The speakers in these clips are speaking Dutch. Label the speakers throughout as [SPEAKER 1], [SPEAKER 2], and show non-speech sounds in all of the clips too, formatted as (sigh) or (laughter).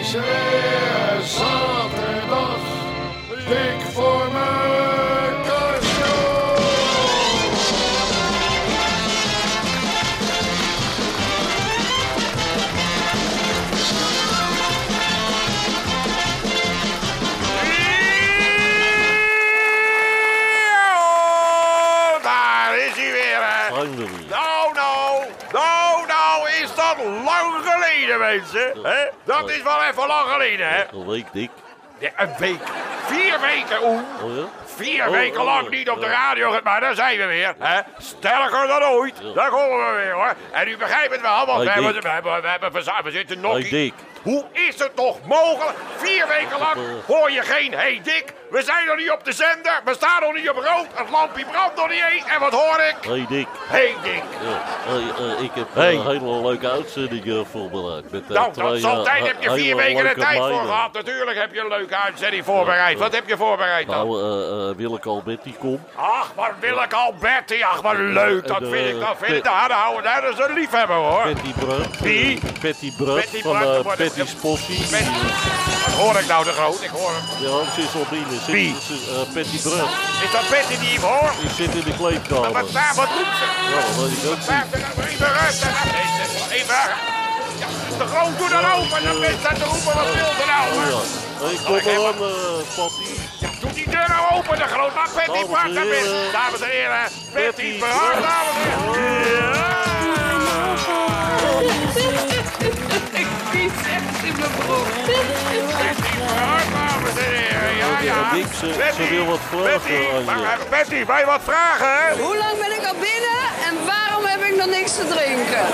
[SPEAKER 1] is weer zaterdag. Dik voor mijn kastje. Ja, Daar is hij weer, hè. Nou, nou, nou, nou, is dat lang geleden, mensen. hè? Dat is wel even lang geleden, hè.
[SPEAKER 2] Een week dik.
[SPEAKER 1] Ja, een week. Vier weken, oeh.
[SPEAKER 2] Oh ja?
[SPEAKER 1] Vier
[SPEAKER 2] Oh,
[SPEAKER 1] weken
[SPEAKER 2] oh,
[SPEAKER 1] lang
[SPEAKER 2] oh.
[SPEAKER 1] niet op de
[SPEAKER 2] Ja.
[SPEAKER 1] radio, ge- maar daar zijn we weer. Hè? Sterker dan ooit.
[SPEAKER 2] Ja.
[SPEAKER 1] Daar komen we weer, hoor. En u begrijpt het wel, want
[SPEAKER 2] Hey,
[SPEAKER 1] we, hebben,
[SPEAKER 2] Dick.
[SPEAKER 1] we, hebben, we, hebben verza- we zitten nog
[SPEAKER 2] Hey,
[SPEAKER 1] niet...
[SPEAKER 2] Dick.
[SPEAKER 1] Hoe is het toch mogelijk? Vier weken lang
[SPEAKER 2] eh,
[SPEAKER 1] hoor je geen... hey, Dick, we zijn nog niet op de zender. We staan nog niet op rood. Het lampje brandt nog niet eens. En wat hoor ik?
[SPEAKER 2] Hey Dick,
[SPEAKER 1] hey, Dick.
[SPEAKER 2] Ja, hey, eh, ik heb
[SPEAKER 1] Hey.
[SPEAKER 2] een hele leuke uitzending eh, voorbereid. Met, eh,
[SPEAKER 1] Nou,
[SPEAKER 2] twee,
[SPEAKER 1] dat zal
[SPEAKER 2] eh,
[SPEAKER 1] tijd.
[SPEAKER 2] he-
[SPEAKER 1] Heb je vier
[SPEAKER 2] hele
[SPEAKER 1] weken de
[SPEAKER 2] leuke
[SPEAKER 1] tijd voor
[SPEAKER 2] meiden.
[SPEAKER 1] gehad. Natuurlijk heb je een leuke uitzending voorbereid. Wat heb je voorbereid dan?
[SPEAKER 2] Nou, eh, eh, Willeke Alberti komt.
[SPEAKER 1] Ach, maar Willeke Alberti, ach, maar leuk. Dat
[SPEAKER 2] En, eh,
[SPEAKER 1] vind ik, dat vind ik.
[SPEAKER 2] Pet-
[SPEAKER 1] Nou, daar houden daar is een liefhebber, hoor.
[SPEAKER 2] Patty Brug.
[SPEAKER 1] Wie?
[SPEAKER 2] Patty Brug
[SPEAKER 1] Patty
[SPEAKER 2] van
[SPEAKER 1] Brug,
[SPEAKER 2] eh,
[SPEAKER 1] wordt het-
[SPEAKER 2] Patty's Possie.
[SPEAKER 1] Pet- Wat hoor ik nou de groot? Ik hoor hem.
[SPEAKER 2] Ja, ze is al binnen. Ze-
[SPEAKER 1] Wie?
[SPEAKER 2] ze- eh, Patty Brug.
[SPEAKER 1] Is dat Betty die hem hoort?
[SPEAKER 2] Die zit in de
[SPEAKER 1] Maar
[SPEAKER 2] kleedkamer.
[SPEAKER 1] wat, daar, wat doet ze?
[SPEAKER 2] Ja, dat weet ik ook niet.
[SPEAKER 1] Daar, daar, Even rustig. Even- Even Ja, De groot, doe dan open. Dan ben je aan te roepen. Wat wil ze nou?
[SPEAKER 2] Oh ja.
[SPEAKER 1] hoor?
[SPEAKER 2] Hey,
[SPEAKER 1] Oh,
[SPEAKER 2] kom
[SPEAKER 1] ik heb
[SPEAKER 2] maar aan, eh, Patty.
[SPEAKER 1] Ja, Doe die deur nou open, de groot. Maar Betty,
[SPEAKER 2] Dames en
[SPEAKER 1] pak hem in.
[SPEAKER 2] heren.
[SPEAKER 1] Dames en heren. Betty,
[SPEAKER 2] Patty
[SPEAKER 1] verhaal,
[SPEAKER 2] Brug.
[SPEAKER 1] dames en heren.
[SPEAKER 3] Ik kies echt in mijn broek.
[SPEAKER 1] Betty, verhaal, dames en heren. Ja, ja.
[SPEAKER 2] Dick, ze- ze
[SPEAKER 1] Betty,
[SPEAKER 2] wil wat vragen Eh,
[SPEAKER 1] Betty,
[SPEAKER 2] aan je.
[SPEAKER 1] maar- Betty, wij wat vragen, hè?
[SPEAKER 3] Hoe lang ben ik al binnen en waarom heb ik nog niks te drinken?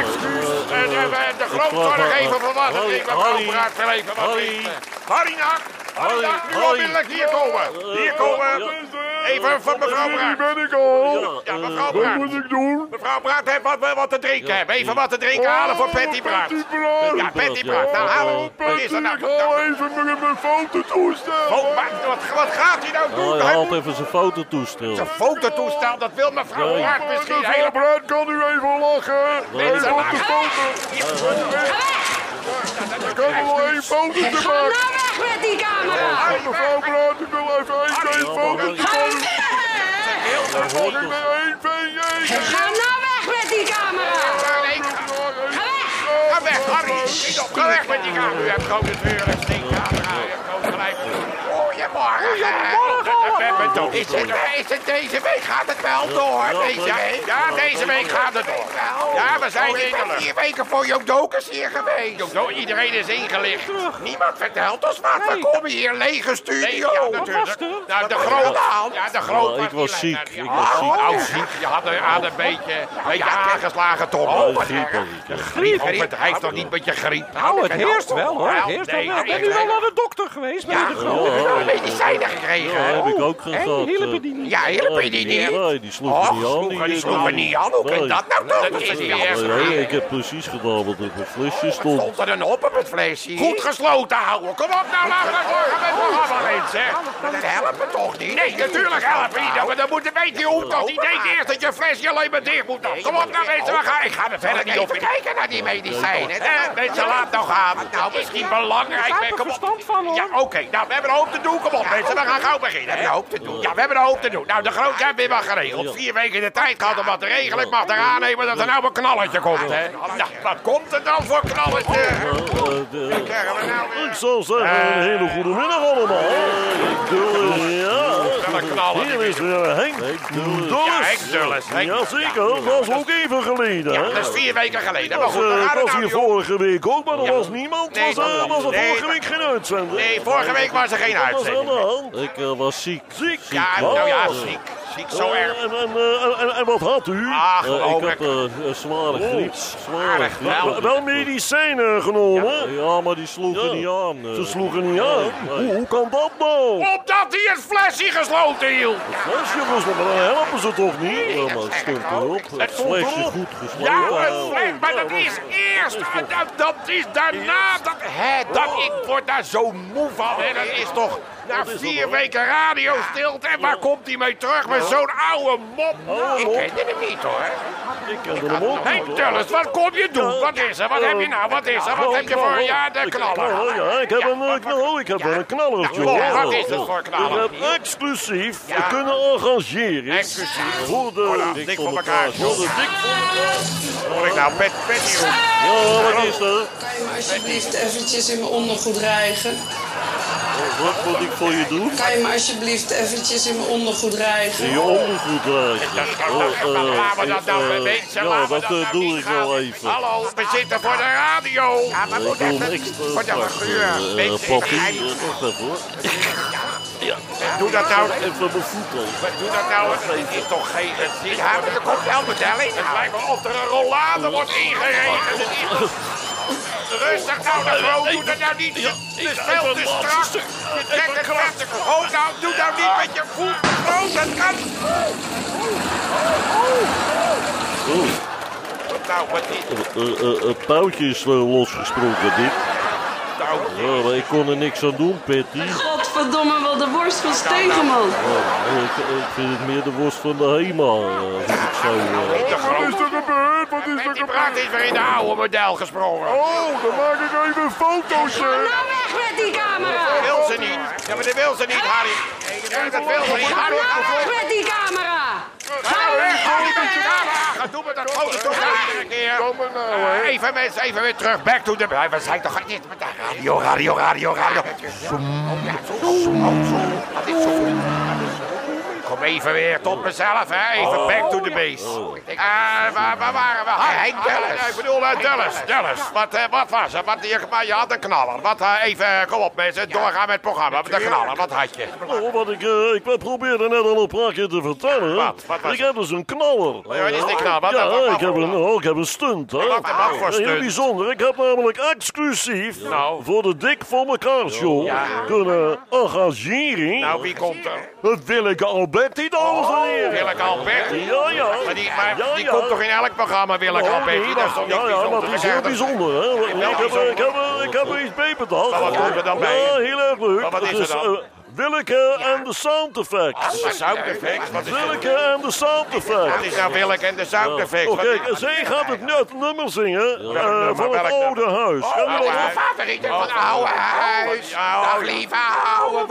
[SPEAKER 1] Excuus.
[SPEAKER 2] Eh,
[SPEAKER 1] Eh,
[SPEAKER 2] eh,
[SPEAKER 1] eh, eh, De
[SPEAKER 2] ik
[SPEAKER 1] groot nog
[SPEAKER 2] vraag-
[SPEAKER 1] even verwachten.
[SPEAKER 2] Harry,
[SPEAKER 1] Ik ben
[SPEAKER 2] Harry,
[SPEAKER 1] praat wel even wat
[SPEAKER 2] Harry.
[SPEAKER 1] drinken. Harry Nak. Harry
[SPEAKER 2] Harry,
[SPEAKER 1] Nak, nu
[SPEAKER 2] Harry.
[SPEAKER 1] onmiddellijk hier komen. Hier komen.
[SPEAKER 2] ja.
[SPEAKER 1] Even van mevrouw Braak.
[SPEAKER 4] ben ik al.
[SPEAKER 1] Oh, Ja,
[SPEAKER 2] eh,
[SPEAKER 1] mevrouw
[SPEAKER 4] Wat
[SPEAKER 1] Braak.
[SPEAKER 4] moet ik doen?
[SPEAKER 1] Mevrouw Braak heeft wat, wat te drinken. hebben. Even wat te
[SPEAKER 2] Oh,
[SPEAKER 1] drinken halen voor Patty Braak.
[SPEAKER 4] Patty Braak.
[SPEAKER 1] Ja, Patty Braak. Nou,
[SPEAKER 2] Ja,
[SPEAKER 1] halen.
[SPEAKER 2] eh,
[SPEAKER 1] Wat is er nou?
[SPEAKER 4] Ik haal even mijn- mijn foto toestel.
[SPEAKER 1] Oh, maar wat- Wat gaat hij nou
[SPEAKER 2] Oh,
[SPEAKER 1] doen?
[SPEAKER 2] hij
[SPEAKER 1] Hij
[SPEAKER 2] haalt
[SPEAKER 1] moet
[SPEAKER 2] even zijn fototoestel.
[SPEAKER 1] zijn fototoestel. Dat wil mevrouw
[SPEAKER 2] Nee.
[SPEAKER 1] Braak misschien
[SPEAKER 4] Mevrouw
[SPEAKER 1] helemaal.
[SPEAKER 4] Braak, kan u even lachen?
[SPEAKER 2] Nee,
[SPEAKER 4] Even
[SPEAKER 2] ze
[SPEAKER 4] op
[SPEAKER 1] lachen.
[SPEAKER 4] de foto. Ik kan er wel één foto te
[SPEAKER 3] Ga nou
[SPEAKER 4] maken.
[SPEAKER 3] weg met die camera!
[SPEAKER 4] Ja, Mevrouw Braak, ik wil even één, twee
[SPEAKER 2] Ja,
[SPEAKER 4] foto's
[SPEAKER 2] maar-
[SPEAKER 3] Ga
[SPEAKER 4] maken.
[SPEAKER 3] weg!
[SPEAKER 4] Ik ben één, twee, één.
[SPEAKER 3] Ga nou weg met die camera! Ga weg!
[SPEAKER 1] Ga weg, Harry. Schiet op. Ga weg met die kamer. U hebt grote deuren, steencamera. U hebt groot gelijk. Goedemorgen. Goedemorgen. Is het, is het deze week gaat het wel door?
[SPEAKER 2] ja,
[SPEAKER 1] Deze,
[SPEAKER 2] ja.
[SPEAKER 1] ja, Oh, deze week gaat het door. Ja, we zijn in de vier weken voor Jodokers hier geweest. iedereen is ingelicht. Niemand vertelt ons wat. We komen hier lege studio. Ja, natuurlijk. Nou, de groot. Ja, de groot.
[SPEAKER 2] Ja, Oh, ik was ziek. Ik was
[SPEAKER 1] Oh,
[SPEAKER 2] ziek.
[SPEAKER 1] oh, ziek. Je had een, had een beetje, beetje aangeslagen, toch?
[SPEAKER 2] Oh,
[SPEAKER 1] wat
[SPEAKER 2] griep
[SPEAKER 1] erg.
[SPEAKER 2] was het, ja.
[SPEAKER 1] Griep? Oh, het heeft toch niet met je griep?
[SPEAKER 5] Nou, het heerst wel hoor. Het heerst
[SPEAKER 1] nee,
[SPEAKER 5] wel. wel. Ik ben
[SPEAKER 1] nee,
[SPEAKER 5] nu wel
[SPEAKER 1] nee.
[SPEAKER 5] naar de dokter geweest, meneer
[SPEAKER 1] Ja,
[SPEAKER 5] de
[SPEAKER 1] ik
[SPEAKER 5] Groot.
[SPEAKER 1] heb medicijnen
[SPEAKER 2] Ja,
[SPEAKER 1] gekregen. hè?
[SPEAKER 2] heb ik ook
[SPEAKER 5] En
[SPEAKER 2] gehad.
[SPEAKER 5] die
[SPEAKER 2] eh.
[SPEAKER 5] hielpen die niet.
[SPEAKER 1] Ja, hielp je
[SPEAKER 2] Nee,
[SPEAKER 1] die niet?
[SPEAKER 2] Nee, die sloegen
[SPEAKER 1] Och,
[SPEAKER 2] niet aan.
[SPEAKER 1] sloegen- die sloegen
[SPEAKER 2] eh,
[SPEAKER 1] niet aan. Hoe kan
[SPEAKER 2] nee.
[SPEAKER 1] dat nou toch?
[SPEAKER 2] Nee,
[SPEAKER 1] Dat is niet
[SPEAKER 2] nee,
[SPEAKER 1] erg.
[SPEAKER 2] nee, ik heb precies gedaan wat op mijn flesje
[SPEAKER 1] Wat
[SPEAKER 2] stond.
[SPEAKER 1] Stond er een hop op het flesje? Goed gesloten houden. Kom op nou, laten we doorgaan met het programma, mensen. Dat helpt me toch niet? Nee, natuurlijk helpt het niet. Maar dan moet je weten hoe het toch. Die denkt eerst dat je flesje alleen maar dicht moet doen. Kom op nou, mensen. We gaan, ik ga er verder niet op in. kijken naar die medicijnen. Eh, mensen, laat nou gaan. Nou, misschien belangrijk.
[SPEAKER 5] Daar
[SPEAKER 1] maar
[SPEAKER 5] heb ik
[SPEAKER 1] Kom op.
[SPEAKER 5] verstand van
[SPEAKER 1] Ja,
[SPEAKER 5] hoor.
[SPEAKER 1] oké. Nou, we hebben een hoop te doen. Kom op, mensen. We gaan gauw beginnen. We hebben een hoop te doen. Ja, we hebben een hoop te doen. Nou, de groot hebben weer wat geregeld. Vier weken de tijd gehad om wat te regelen. Ik mag er aannemen dat er nou een knalletje komt, hè. Nou, wat komt er dan voor knalletje?
[SPEAKER 2] Eh, eh, de-
[SPEAKER 1] Krijgen we nou
[SPEAKER 2] Ik
[SPEAKER 1] weer...
[SPEAKER 2] zal
[SPEAKER 1] Eh.
[SPEAKER 2] zeggen, een hele goede middag allemaal. Ik doe, ja.
[SPEAKER 1] Wel een knaller.
[SPEAKER 2] Hier is weer Henk Dulles.
[SPEAKER 1] Ja, Henk Dulles. Henk Dulles.
[SPEAKER 2] Jazeker, dat is ook even geleden.
[SPEAKER 1] Ja,
[SPEAKER 2] hè?
[SPEAKER 1] dat is vier weken geleden. Maar
[SPEAKER 2] Dat
[SPEAKER 1] goed, we
[SPEAKER 2] eh,
[SPEAKER 1] gaan er
[SPEAKER 2] was
[SPEAKER 1] nou
[SPEAKER 2] hier
[SPEAKER 1] niet op.
[SPEAKER 2] vorige week ook, maar er
[SPEAKER 1] Ja.
[SPEAKER 2] was niemand.
[SPEAKER 1] Nee,
[SPEAKER 2] Was er was er
[SPEAKER 1] nee,
[SPEAKER 2] vorige
[SPEAKER 1] dat-
[SPEAKER 2] week geen uitzending?
[SPEAKER 1] Nee, vorige week was er geen
[SPEAKER 2] Wat was er aan
[SPEAKER 1] uitzending.
[SPEAKER 2] de hand? Ik eh, was ziek. Ziek? Oh.
[SPEAKER 1] Ja, nou ja, ziek. Ziek, zo
[SPEAKER 2] Eh,
[SPEAKER 1] erg.
[SPEAKER 2] En, en, eh, en- en- en wat had u?
[SPEAKER 1] Ah,
[SPEAKER 2] Eh,
[SPEAKER 1] geloof
[SPEAKER 2] ik heb
[SPEAKER 1] ik.
[SPEAKER 2] eh, eh, zware griep. Zware
[SPEAKER 1] aardig
[SPEAKER 2] griep.
[SPEAKER 1] wel.
[SPEAKER 2] Eh,
[SPEAKER 4] Wel medicijnen genomen.
[SPEAKER 2] Ja, maar die sloegen
[SPEAKER 4] Ja.
[SPEAKER 2] niet aan. eh.
[SPEAKER 4] Ze sloegen niet aan.
[SPEAKER 2] Nee.
[SPEAKER 4] Hoe, hoe kan dat nou?
[SPEAKER 1] Opdat hij het flesje gesloten hield.
[SPEAKER 2] Flesje gesloten, maar dan helpen ze toch niet?
[SPEAKER 1] Nee,
[SPEAKER 2] Ja,
[SPEAKER 1] dat
[SPEAKER 2] maar het
[SPEAKER 1] zeg
[SPEAKER 2] stond
[SPEAKER 1] ik ook.
[SPEAKER 2] erop.
[SPEAKER 1] Het
[SPEAKER 2] Het
[SPEAKER 1] stond
[SPEAKER 2] flesje
[SPEAKER 1] erop.
[SPEAKER 2] goed gesloten.
[SPEAKER 1] Ja, het
[SPEAKER 2] Ja,
[SPEAKER 1] flesje, maar
[SPEAKER 2] ja,
[SPEAKER 1] dat is eerst.
[SPEAKER 2] is
[SPEAKER 1] eh, Dat, dat is daarna. Dat, hè, dat, ik word daar zo moe van. Hè. Dat is toch na
[SPEAKER 2] is
[SPEAKER 1] vier
[SPEAKER 2] toch wel.
[SPEAKER 1] weken radiostilte. En waar komt hij mee terug met zo'n oude mop? Ik ken hem niet hoor.
[SPEAKER 2] Ik kende hem ook
[SPEAKER 1] Henk
[SPEAKER 2] niet, hoor.
[SPEAKER 1] Dulles, wat kom je doen? Wat is er? Wat heb je nou? Wat is er? Wat heb je voor een jaar de
[SPEAKER 2] Ik-
[SPEAKER 1] knaller?
[SPEAKER 2] Ja, ik heb een eh, knal, ik heb
[SPEAKER 1] Ja.
[SPEAKER 2] een knallertje.
[SPEAKER 1] Nou,
[SPEAKER 2] hoor.
[SPEAKER 1] wat is dat voor knaller?
[SPEAKER 2] Ik heb exclusief
[SPEAKER 1] Ja.
[SPEAKER 2] kunnen engageren
[SPEAKER 1] Exclusief.
[SPEAKER 2] voor de
[SPEAKER 1] Voilà,
[SPEAKER 2] dik
[SPEAKER 1] dik
[SPEAKER 2] voor
[SPEAKER 1] voor
[SPEAKER 2] elkaar.
[SPEAKER 1] elkaar.
[SPEAKER 2] Voor de dik voor elkaar.
[SPEAKER 1] Hoor ik nou pet, pet
[SPEAKER 2] Ja, wat is dat?
[SPEAKER 3] Kan je me alsjeblieft eventjes in mijn ondergoed rijgen?
[SPEAKER 2] Wat moet ik voor je doen?
[SPEAKER 3] Kan je me alsjeblieft eventjes in mijn ondergoed rijgen?
[SPEAKER 2] In je ondergoed
[SPEAKER 1] Ja,
[SPEAKER 2] krijgen. Oh,
[SPEAKER 1] nou, nou, nou, nou, Laten we dat nou
[SPEAKER 2] eh,
[SPEAKER 1] met mensen,
[SPEAKER 2] ja,
[SPEAKER 1] laten we
[SPEAKER 2] dat
[SPEAKER 1] dat
[SPEAKER 2] eh,
[SPEAKER 1] nou
[SPEAKER 2] doe
[SPEAKER 1] niet
[SPEAKER 2] ik
[SPEAKER 1] gaan.
[SPEAKER 2] wel even.
[SPEAKER 1] Hallo, we zitten voor de radio. Ja, maar
[SPEAKER 2] Ik wil niks eh,
[SPEAKER 1] Wat een
[SPEAKER 2] straks,
[SPEAKER 1] geur.
[SPEAKER 2] eh, eh,
[SPEAKER 1] Mensen,
[SPEAKER 2] papier.
[SPEAKER 1] hij-
[SPEAKER 2] eh, Wacht even hoor.
[SPEAKER 1] Doe dat nou,
[SPEAKER 2] Even mijn voet al.
[SPEAKER 1] doe dat nou, het is toch geen... Het is ja, maar er komt wel bedelling. Het lijkt wel of er een rollade wordt ingereden. Het is toch- Rustig nou, dat rood, doe dat nou niet. Het is veel te strak. Je trekt het krachtig. Oh, nou, doe nou niet met je voet. Oh, dat kan.
[SPEAKER 2] Oeh.
[SPEAKER 1] Wat Nou, wat is
[SPEAKER 2] Eh, eh, eh, pauwtje is eh, losgesprongen dit.
[SPEAKER 1] nou?
[SPEAKER 2] Ja, maar ik kon er niks aan doen, Patty.
[SPEAKER 3] Godverdomme, wat de worst van Stegeman.
[SPEAKER 2] Eh, ik, ik vind het meer de worst van de HEMA. eh, als ik zo, eh.
[SPEAKER 1] Niet te groot.
[SPEAKER 4] er gebeurd? Wat is
[SPEAKER 1] Met die praat is weer in de oude model gesprongen.
[SPEAKER 4] Oh, dan maak ik even foto's.
[SPEAKER 3] Nou weg met die camera!
[SPEAKER 1] Dat wil ze niet. Ja, maar dat wil ze niet, Harry. Ja, dat wil ze niet. Harry,
[SPEAKER 3] Nou
[SPEAKER 1] hou
[SPEAKER 3] weg
[SPEAKER 1] vol.
[SPEAKER 3] met die camera!
[SPEAKER 1] Ga weg, Harry, met je camera. Ga doen met dat grote toch een keer. Eh, Even mensen, even weer terug. Back to the... Hij was hij toch niet met de radio, radio, radio, radio. Zoem. Ja, zo, zo, zo. Dat is zo. Kom even weer tot mezelf, hè. Even back to the base. Eh, waar, waar waren we? Harry, Henk Dulles. Ah, Ik bedoel, eh, Dulles, Dulles. Wat, eh, wat was er? Wat, je, maar je had een knaller. Wat, eh, even, eh, kom op mensen, doorgaan met het programma. Wat een knaller, wat had je?
[SPEAKER 2] Oh, wat ik, eh, ik probeerde net al een paar keer te vertellen.
[SPEAKER 1] Wat? Wat was Oh,
[SPEAKER 2] ik heb dus een knaller.
[SPEAKER 1] Ja, wat is die knal? Wat-
[SPEAKER 2] ja,
[SPEAKER 1] wat- wat-
[SPEAKER 2] ik, heb een, oh, ik heb een stunt. Hè.
[SPEAKER 1] Wat- wat voor
[SPEAKER 2] Ja, Heel
[SPEAKER 1] stunt?
[SPEAKER 2] bijzonder. Ik heb namelijk exclusief
[SPEAKER 1] Nou.
[SPEAKER 2] voor de Dik voor elkaar show kunnen eh, engageren.
[SPEAKER 1] Nou, wie komt er?
[SPEAKER 2] Dat wil ik Alberti, dames
[SPEAKER 1] Oh.
[SPEAKER 2] en heren.
[SPEAKER 1] Willeke Alberti.
[SPEAKER 2] Ja, ja.
[SPEAKER 1] Maar die, maar
[SPEAKER 2] ja,
[SPEAKER 1] die
[SPEAKER 2] ja.
[SPEAKER 1] komt toch in elk programma, Willeke
[SPEAKER 2] Oh,
[SPEAKER 1] Alberti?
[SPEAKER 2] nee,
[SPEAKER 1] Dat is toch
[SPEAKER 2] ja,
[SPEAKER 1] niks
[SPEAKER 2] ja, maar
[SPEAKER 1] bijzonders?
[SPEAKER 2] het is heel bijzonder, hè? Ik heb, eh, ik heb, eh, ik heb er iets mee bedacht.
[SPEAKER 1] Maar wat komt er dan bij?
[SPEAKER 2] Ja, heel erg leuk.
[SPEAKER 1] Maar wat is
[SPEAKER 2] Het
[SPEAKER 1] er dan? Ah,
[SPEAKER 2] eh, Willeke en de sound effects.
[SPEAKER 1] De Sound Effects, wat is dat?
[SPEAKER 2] Willeke en de sound
[SPEAKER 1] Wat
[SPEAKER 2] effects.
[SPEAKER 1] is nou Willeke en de Sound Effects?
[SPEAKER 2] Oh,
[SPEAKER 1] Wat-
[SPEAKER 2] kijk, en zij gaat het net nummer zingen eh,
[SPEAKER 1] nummer?
[SPEAKER 2] van het
[SPEAKER 1] Welk nummer?
[SPEAKER 2] oude huis. Kennen
[SPEAKER 1] oude
[SPEAKER 2] we dat
[SPEAKER 1] huis. Oh,
[SPEAKER 2] nog? Oh,
[SPEAKER 1] favorieten van oude huis. Dag lieve oude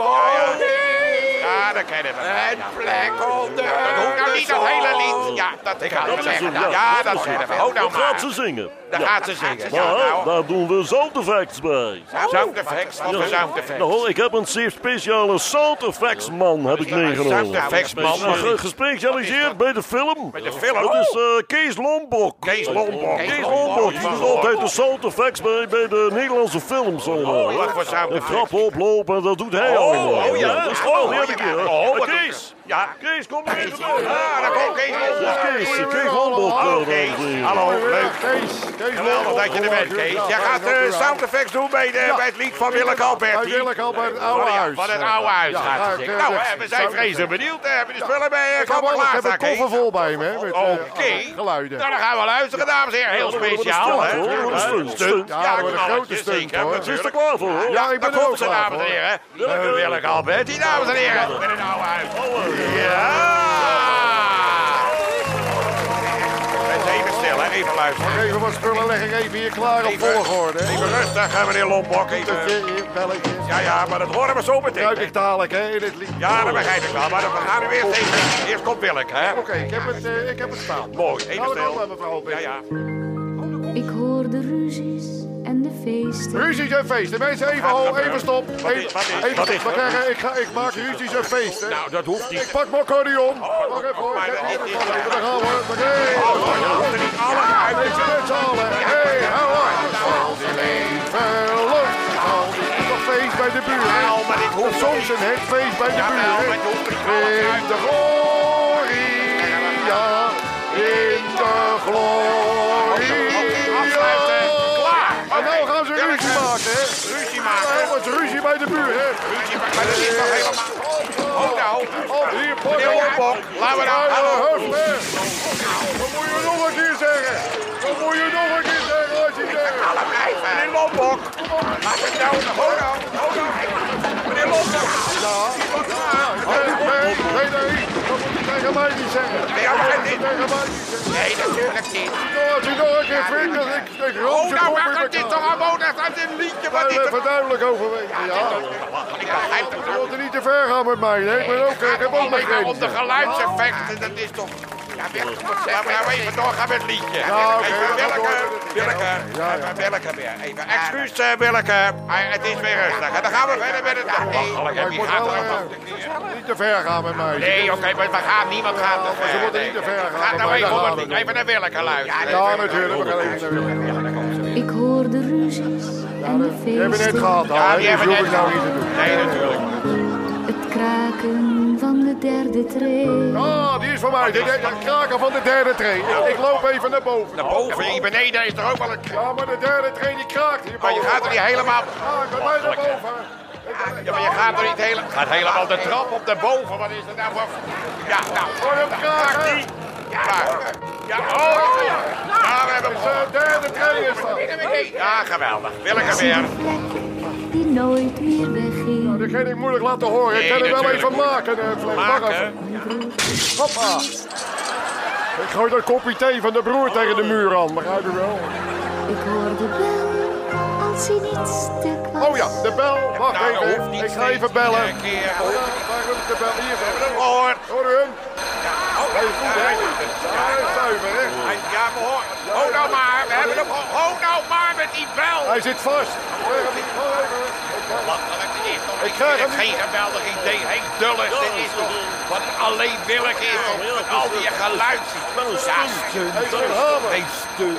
[SPEAKER 1] woning. Ja, dat kennen we. Een plek onder Dat hoeft nou niet, dat hele lied. Ja, dat ik had
[SPEAKER 2] Dat is
[SPEAKER 1] zeggen.
[SPEAKER 2] een-
[SPEAKER 1] Ja, ja, dat kennen we. Hou nou
[SPEAKER 2] Dat gaat
[SPEAKER 1] maar.
[SPEAKER 2] ze zingen.
[SPEAKER 1] Daar
[SPEAKER 2] Ja.
[SPEAKER 1] gaat ze zingen. Ja,
[SPEAKER 2] Maar
[SPEAKER 1] nou.
[SPEAKER 2] daar doen we sound effects bij.
[SPEAKER 1] Sound Effects, wat voor Sound Effects?
[SPEAKER 2] Nou, ik heb een zeer speciale sound effects man heb ik meegenomen.
[SPEAKER 1] sound effects man.
[SPEAKER 2] Is, eh, ge- Gespecialiseerd bij de film. Bij
[SPEAKER 1] de film?
[SPEAKER 2] Dat is eh, Kees Lombok.
[SPEAKER 1] Kees Lombok.
[SPEAKER 2] Kees Lombok. Die doet altijd de sound effects bij, bij de Nederlandse films. allemaal.
[SPEAKER 1] wat voor sound
[SPEAKER 2] Een
[SPEAKER 1] effects?
[SPEAKER 2] trap oplopen, dat doet hij allemaal.
[SPEAKER 1] oh, ja.
[SPEAKER 2] Dat is gewoon die heb ik hier.
[SPEAKER 1] Oh,
[SPEAKER 2] Eh,
[SPEAKER 1] wat
[SPEAKER 2] Kees.
[SPEAKER 1] Ja.
[SPEAKER 2] Kees, kom maar even bij.
[SPEAKER 1] Ah, daar komt Kees
[SPEAKER 2] Dat is
[SPEAKER 1] Lombok.
[SPEAKER 2] Kees. Kees Lombok. eh,
[SPEAKER 1] Hallo
[SPEAKER 2] dames en
[SPEAKER 1] Oh, Kees.
[SPEAKER 2] heren.
[SPEAKER 4] Oh,
[SPEAKER 1] Hallo, leuk.
[SPEAKER 4] Kees, Kees,
[SPEAKER 1] Geweldig dat je er bent, Kees. Jij gaat eh, de sound effects doen bij, de, bij het lied van Willeke Alberti.
[SPEAKER 4] Heerlijk al bij het oude
[SPEAKER 1] Oh Ja,
[SPEAKER 4] huis.
[SPEAKER 1] Van het oude huis
[SPEAKER 4] Ja,
[SPEAKER 1] gaat het
[SPEAKER 4] ja,
[SPEAKER 1] zingen.
[SPEAKER 4] ja,
[SPEAKER 1] Nou,
[SPEAKER 4] ja,
[SPEAKER 1] hè, we zijn
[SPEAKER 4] sound
[SPEAKER 1] vreselijk benieuwd. Eh, Hebben de spullen bij
[SPEAKER 4] Ik heb
[SPEAKER 1] Kampen
[SPEAKER 4] wel eens- ik heb
[SPEAKER 1] klaarstaan,
[SPEAKER 4] een koffer
[SPEAKER 1] Kees?
[SPEAKER 4] vol bij hem, hè? Met eh,
[SPEAKER 1] Oké.
[SPEAKER 4] geluiden.
[SPEAKER 1] Nou, dan gaan we luisteren, dames en heren. Heel
[SPEAKER 2] Ja, dat wordt een
[SPEAKER 1] speciaal, hè?
[SPEAKER 2] stunt, hoor. Dat wordt een stunt.
[SPEAKER 1] Ja,
[SPEAKER 4] Ja, dat
[SPEAKER 1] een
[SPEAKER 4] wordt een
[SPEAKER 1] knalletje,
[SPEAKER 4] grote stunt,
[SPEAKER 1] zeker,
[SPEAKER 4] hoor.
[SPEAKER 2] Ze is er
[SPEAKER 1] natuurlijk.
[SPEAKER 2] klaar voor, hoor.
[SPEAKER 4] Ja, ik ben
[SPEAKER 1] Daar
[SPEAKER 4] er ook
[SPEAKER 1] komt ze,
[SPEAKER 4] klaar
[SPEAKER 1] dames en
[SPEAKER 4] voor.
[SPEAKER 1] heren. Eh, Willeke Alberti, dames en heren. Met het oude huis. Ja! Mensen, even stil, hè. Even luisteren.
[SPEAKER 4] Even wat spullen leg ik even hier klaar op
[SPEAKER 1] Even-
[SPEAKER 4] volgorde. hè.
[SPEAKER 1] Even rustig, hè, meneer Lombok. Even...
[SPEAKER 4] Toetje, hier, belletje.
[SPEAKER 1] Ja, ja, maar dat horen we zo meteen.
[SPEAKER 4] Ruik
[SPEAKER 1] hè.
[SPEAKER 4] ik dadelijk, hè, in het lied.
[SPEAKER 1] Ja, dat begrijp ik wel, maar dan gaan we weer tegen. Eerst komt Willeke, hè?
[SPEAKER 4] Oké, ik heb het, eh, ik heb het staan.
[SPEAKER 1] Mooi, even
[SPEAKER 4] Nou, dan
[SPEAKER 1] stil.
[SPEAKER 4] maar, mevrouw
[SPEAKER 1] Ja,
[SPEAKER 4] Binnen.
[SPEAKER 1] ja.
[SPEAKER 6] Ik hoor de ruzies en de feesten.
[SPEAKER 4] Ruzies en feesten. Mensen, even hol, even stop. Even,
[SPEAKER 1] is- wat is-
[SPEAKER 4] even
[SPEAKER 1] wat
[SPEAKER 4] stop.
[SPEAKER 1] is
[SPEAKER 4] We
[SPEAKER 1] er?
[SPEAKER 4] krijgen, ik, ga, ik maak ruzies en feesten.
[SPEAKER 1] Nou, dat hoeft niet.
[SPEAKER 4] Ik pak mijn accordeon.
[SPEAKER 1] Oh,
[SPEAKER 4] Wacht even hoor.
[SPEAKER 1] maar
[SPEAKER 4] Kijk,
[SPEAKER 1] dit is-
[SPEAKER 4] Daar gaan we. Oké.
[SPEAKER 1] Oh, er niet allemaal uit.
[SPEAKER 4] Weet je met z'n allen, hey, hou aan. Al die leven lang, al die nog feest bij de buren.
[SPEAKER 1] Nou, maar dit
[SPEAKER 4] Of
[SPEAKER 1] hoeft zo
[SPEAKER 4] soms
[SPEAKER 1] niet.
[SPEAKER 4] een het feest bij de
[SPEAKER 1] Ja, wel,
[SPEAKER 4] buren.
[SPEAKER 1] maar het hoeft niet
[SPEAKER 4] In
[SPEAKER 1] allemaal
[SPEAKER 4] de gloria, in de gloria.
[SPEAKER 1] Afsluiten. Klaar.
[SPEAKER 4] En nou gaan ze
[SPEAKER 1] Oké.
[SPEAKER 4] ruzie maken, hè?
[SPEAKER 1] Ruzie
[SPEAKER 4] Nou,
[SPEAKER 1] maken.
[SPEAKER 4] wat ruzie bij de buren.
[SPEAKER 1] Ruzie maken. Maar dat is toch helemaal... Oh, nou.
[SPEAKER 4] Op hier, pak
[SPEAKER 1] Meneer Lombok, laten we nou... Hallo.
[SPEAKER 4] Wat moet je nog een keer zeggen? Wat moet je nog een keer zeggen als je zegt?
[SPEAKER 1] Alle blijven. Meneer Lombok. Laat het nou... Oh, nou. Oh, nou. Meneer Lombok.
[SPEAKER 4] Ah, Nee, nee, nee, nee, dat moet je tegen mij niet zeggen.
[SPEAKER 1] Ja, maar dit...
[SPEAKER 4] Tegen mij niet zeggen.
[SPEAKER 1] Nee, natuurlijk niet.
[SPEAKER 4] Nou, als u nog een keer vindt, dat ik ik rood
[SPEAKER 1] Oh,
[SPEAKER 4] ze
[SPEAKER 1] nou,
[SPEAKER 4] kop
[SPEAKER 1] waar
[SPEAKER 4] in
[SPEAKER 1] gaat dit
[SPEAKER 4] elkaar.
[SPEAKER 1] toch aan echt uit dit liedje? Wat
[SPEAKER 4] Daar
[SPEAKER 1] dit
[SPEAKER 4] Even duidelijk overwegen, ja.
[SPEAKER 1] Ik begrijp het
[SPEAKER 4] Je
[SPEAKER 1] ook
[SPEAKER 4] wilt er niet te ver gaan met mij, hè? Ik ben ook, ik heb ook mijn
[SPEAKER 1] alleen Oh, maar nou, om de
[SPEAKER 4] grenzen.
[SPEAKER 1] geluidseffecten, dat is toch... Ja, Willeke, laten we nou even doorgaan met het liedje.
[SPEAKER 4] Ja, oké,
[SPEAKER 1] Even
[SPEAKER 4] we gaan
[SPEAKER 1] Willeke,
[SPEAKER 4] door met het
[SPEAKER 1] Willeke,
[SPEAKER 4] Ja, ja.
[SPEAKER 1] even Willeke weer. Even, excuus eh, Willeke. Ah, Het is weer rustig. En dan gaan we verder met het... Ja, belachelijk,
[SPEAKER 4] Maar
[SPEAKER 1] hè,
[SPEAKER 4] ik
[SPEAKER 1] die
[SPEAKER 4] moet
[SPEAKER 1] gaat
[SPEAKER 4] wel
[SPEAKER 1] er
[SPEAKER 4] eh,
[SPEAKER 1] ook nog-
[SPEAKER 4] niet te ver gaan met mij.
[SPEAKER 1] Nee, oké, maar we gaan, niemand gaat te ver.
[SPEAKER 4] Oh, ze moeten niet te ver
[SPEAKER 1] Nee,
[SPEAKER 4] gaan,
[SPEAKER 1] Gaat nou
[SPEAKER 4] maar
[SPEAKER 1] even
[SPEAKER 4] daar
[SPEAKER 1] om het
[SPEAKER 4] gaan we
[SPEAKER 1] liedje. Even naar Willeke luisteren.
[SPEAKER 4] Ja, natuurlijk, we gaan even naar binnen.
[SPEAKER 6] Ik hoor de ruzies en de
[SPEAKER 4] Die hebben we net gehad,
[SPEAKER 6] feesten.
[SPEAKER 4] al, hè?
[SPEAKER 1] die hebben
[SPEAKER 4] Dus hoef
[SPEAKER 1] we net
[SPEAKER 4] ik nou niet te doen.
[SPEAKER 1] Nee, natuurlijk.
[SPEAKER 6] Het kraken van de derde tree.
[SPEAKER 4] Ah, die is van mij. Dit is het kraken van de derde train. Ik, ik loop even naar boven.
[SPEAKER 1] Boven, hier beneden is er ook wel een...
[SPEAKER 4] Ja, maar de derde train die kraakt hier
[SPEAKER 1] Maar je gaat er niet helemaal...
[SPEAKER 4] Ah, ik ben bijna boven.
[SPEAKER 1] Ja, maar je gaat er niet helemaal... Gaat helemaal de trap op de boven. Wat is er nou voor... Ja, nou...
[SPEAKER 4] Hoor je hem kraken?
[SPEAKER 1] Die. Ja, ja, oh, ja. Ja, we hebben hem
[SPEAKER 4] De derde train is dat.
[SPEAKER 1] gehoord. Ja, geweldig. Willeke weer.
[SPEAKER 6] Die nooit meer wegging.
[SPEAKER 4] Dat kan ik moeilijk laten horen. Ik
[SPEAKER 1] Nee,
[SPEAKER 4] kan er wel
[SPEAKER 1] natuurlijk.
[SPEAKER 4] even maken, eh, Fles. Wacht even.
[SPEAKER 1] Maken.
[SPEAKER 4] Hoppa. Ik gooi dat kopje thee van de broer tegen de muur aan, begrijp je wel?
[SPEAKER 6] Ik hoor de bel als hij niet stuk was.
[SPEAKER 4] Oh ja, de bel. Wacht
[SPEAKER 1] Nou, dat
[SPEAKER 4] even.
[SPEAKER 1] hoeft niet
[SPEAKER 4] Ik ga even
[SPEAKER 1] steeds
[SPEAKER 4] bellen.
[SPEAKER 1] iedere keer.
[SPEAKER 4] Ja,
[SPEAKER 1] Dat
[SPEAKER 4] Waar is de bel? Hier.
[SPEAKER 1] Hoor.
[SPEAKER 4] Hoor u hem?
[SPEAKER 1] Oh,
[SPEAKER 4] Hij is goed, hè? Hij is zuiver, hè?
[SPEAKER 1] Ja, we horen. Ho nou maar. We hebben hem... geho- Ho nou maar met die bel.
[SPEAKER 4] Hij zit vast. Zeg hem niet. Hoor even.
[SPEAKER 1] Wat een idee.
[SPEAKER 4] Ik krijg hem
[SPEAKER 1] Geen geweldige idee. Henk Dulles, dit is toch... Wat alleen Willeke is toch met al die geluid. Ja,
[SPEAKER 4] Even een hamer.
[SPEAKER 1] geen steun.
[SPEAKER 4] Even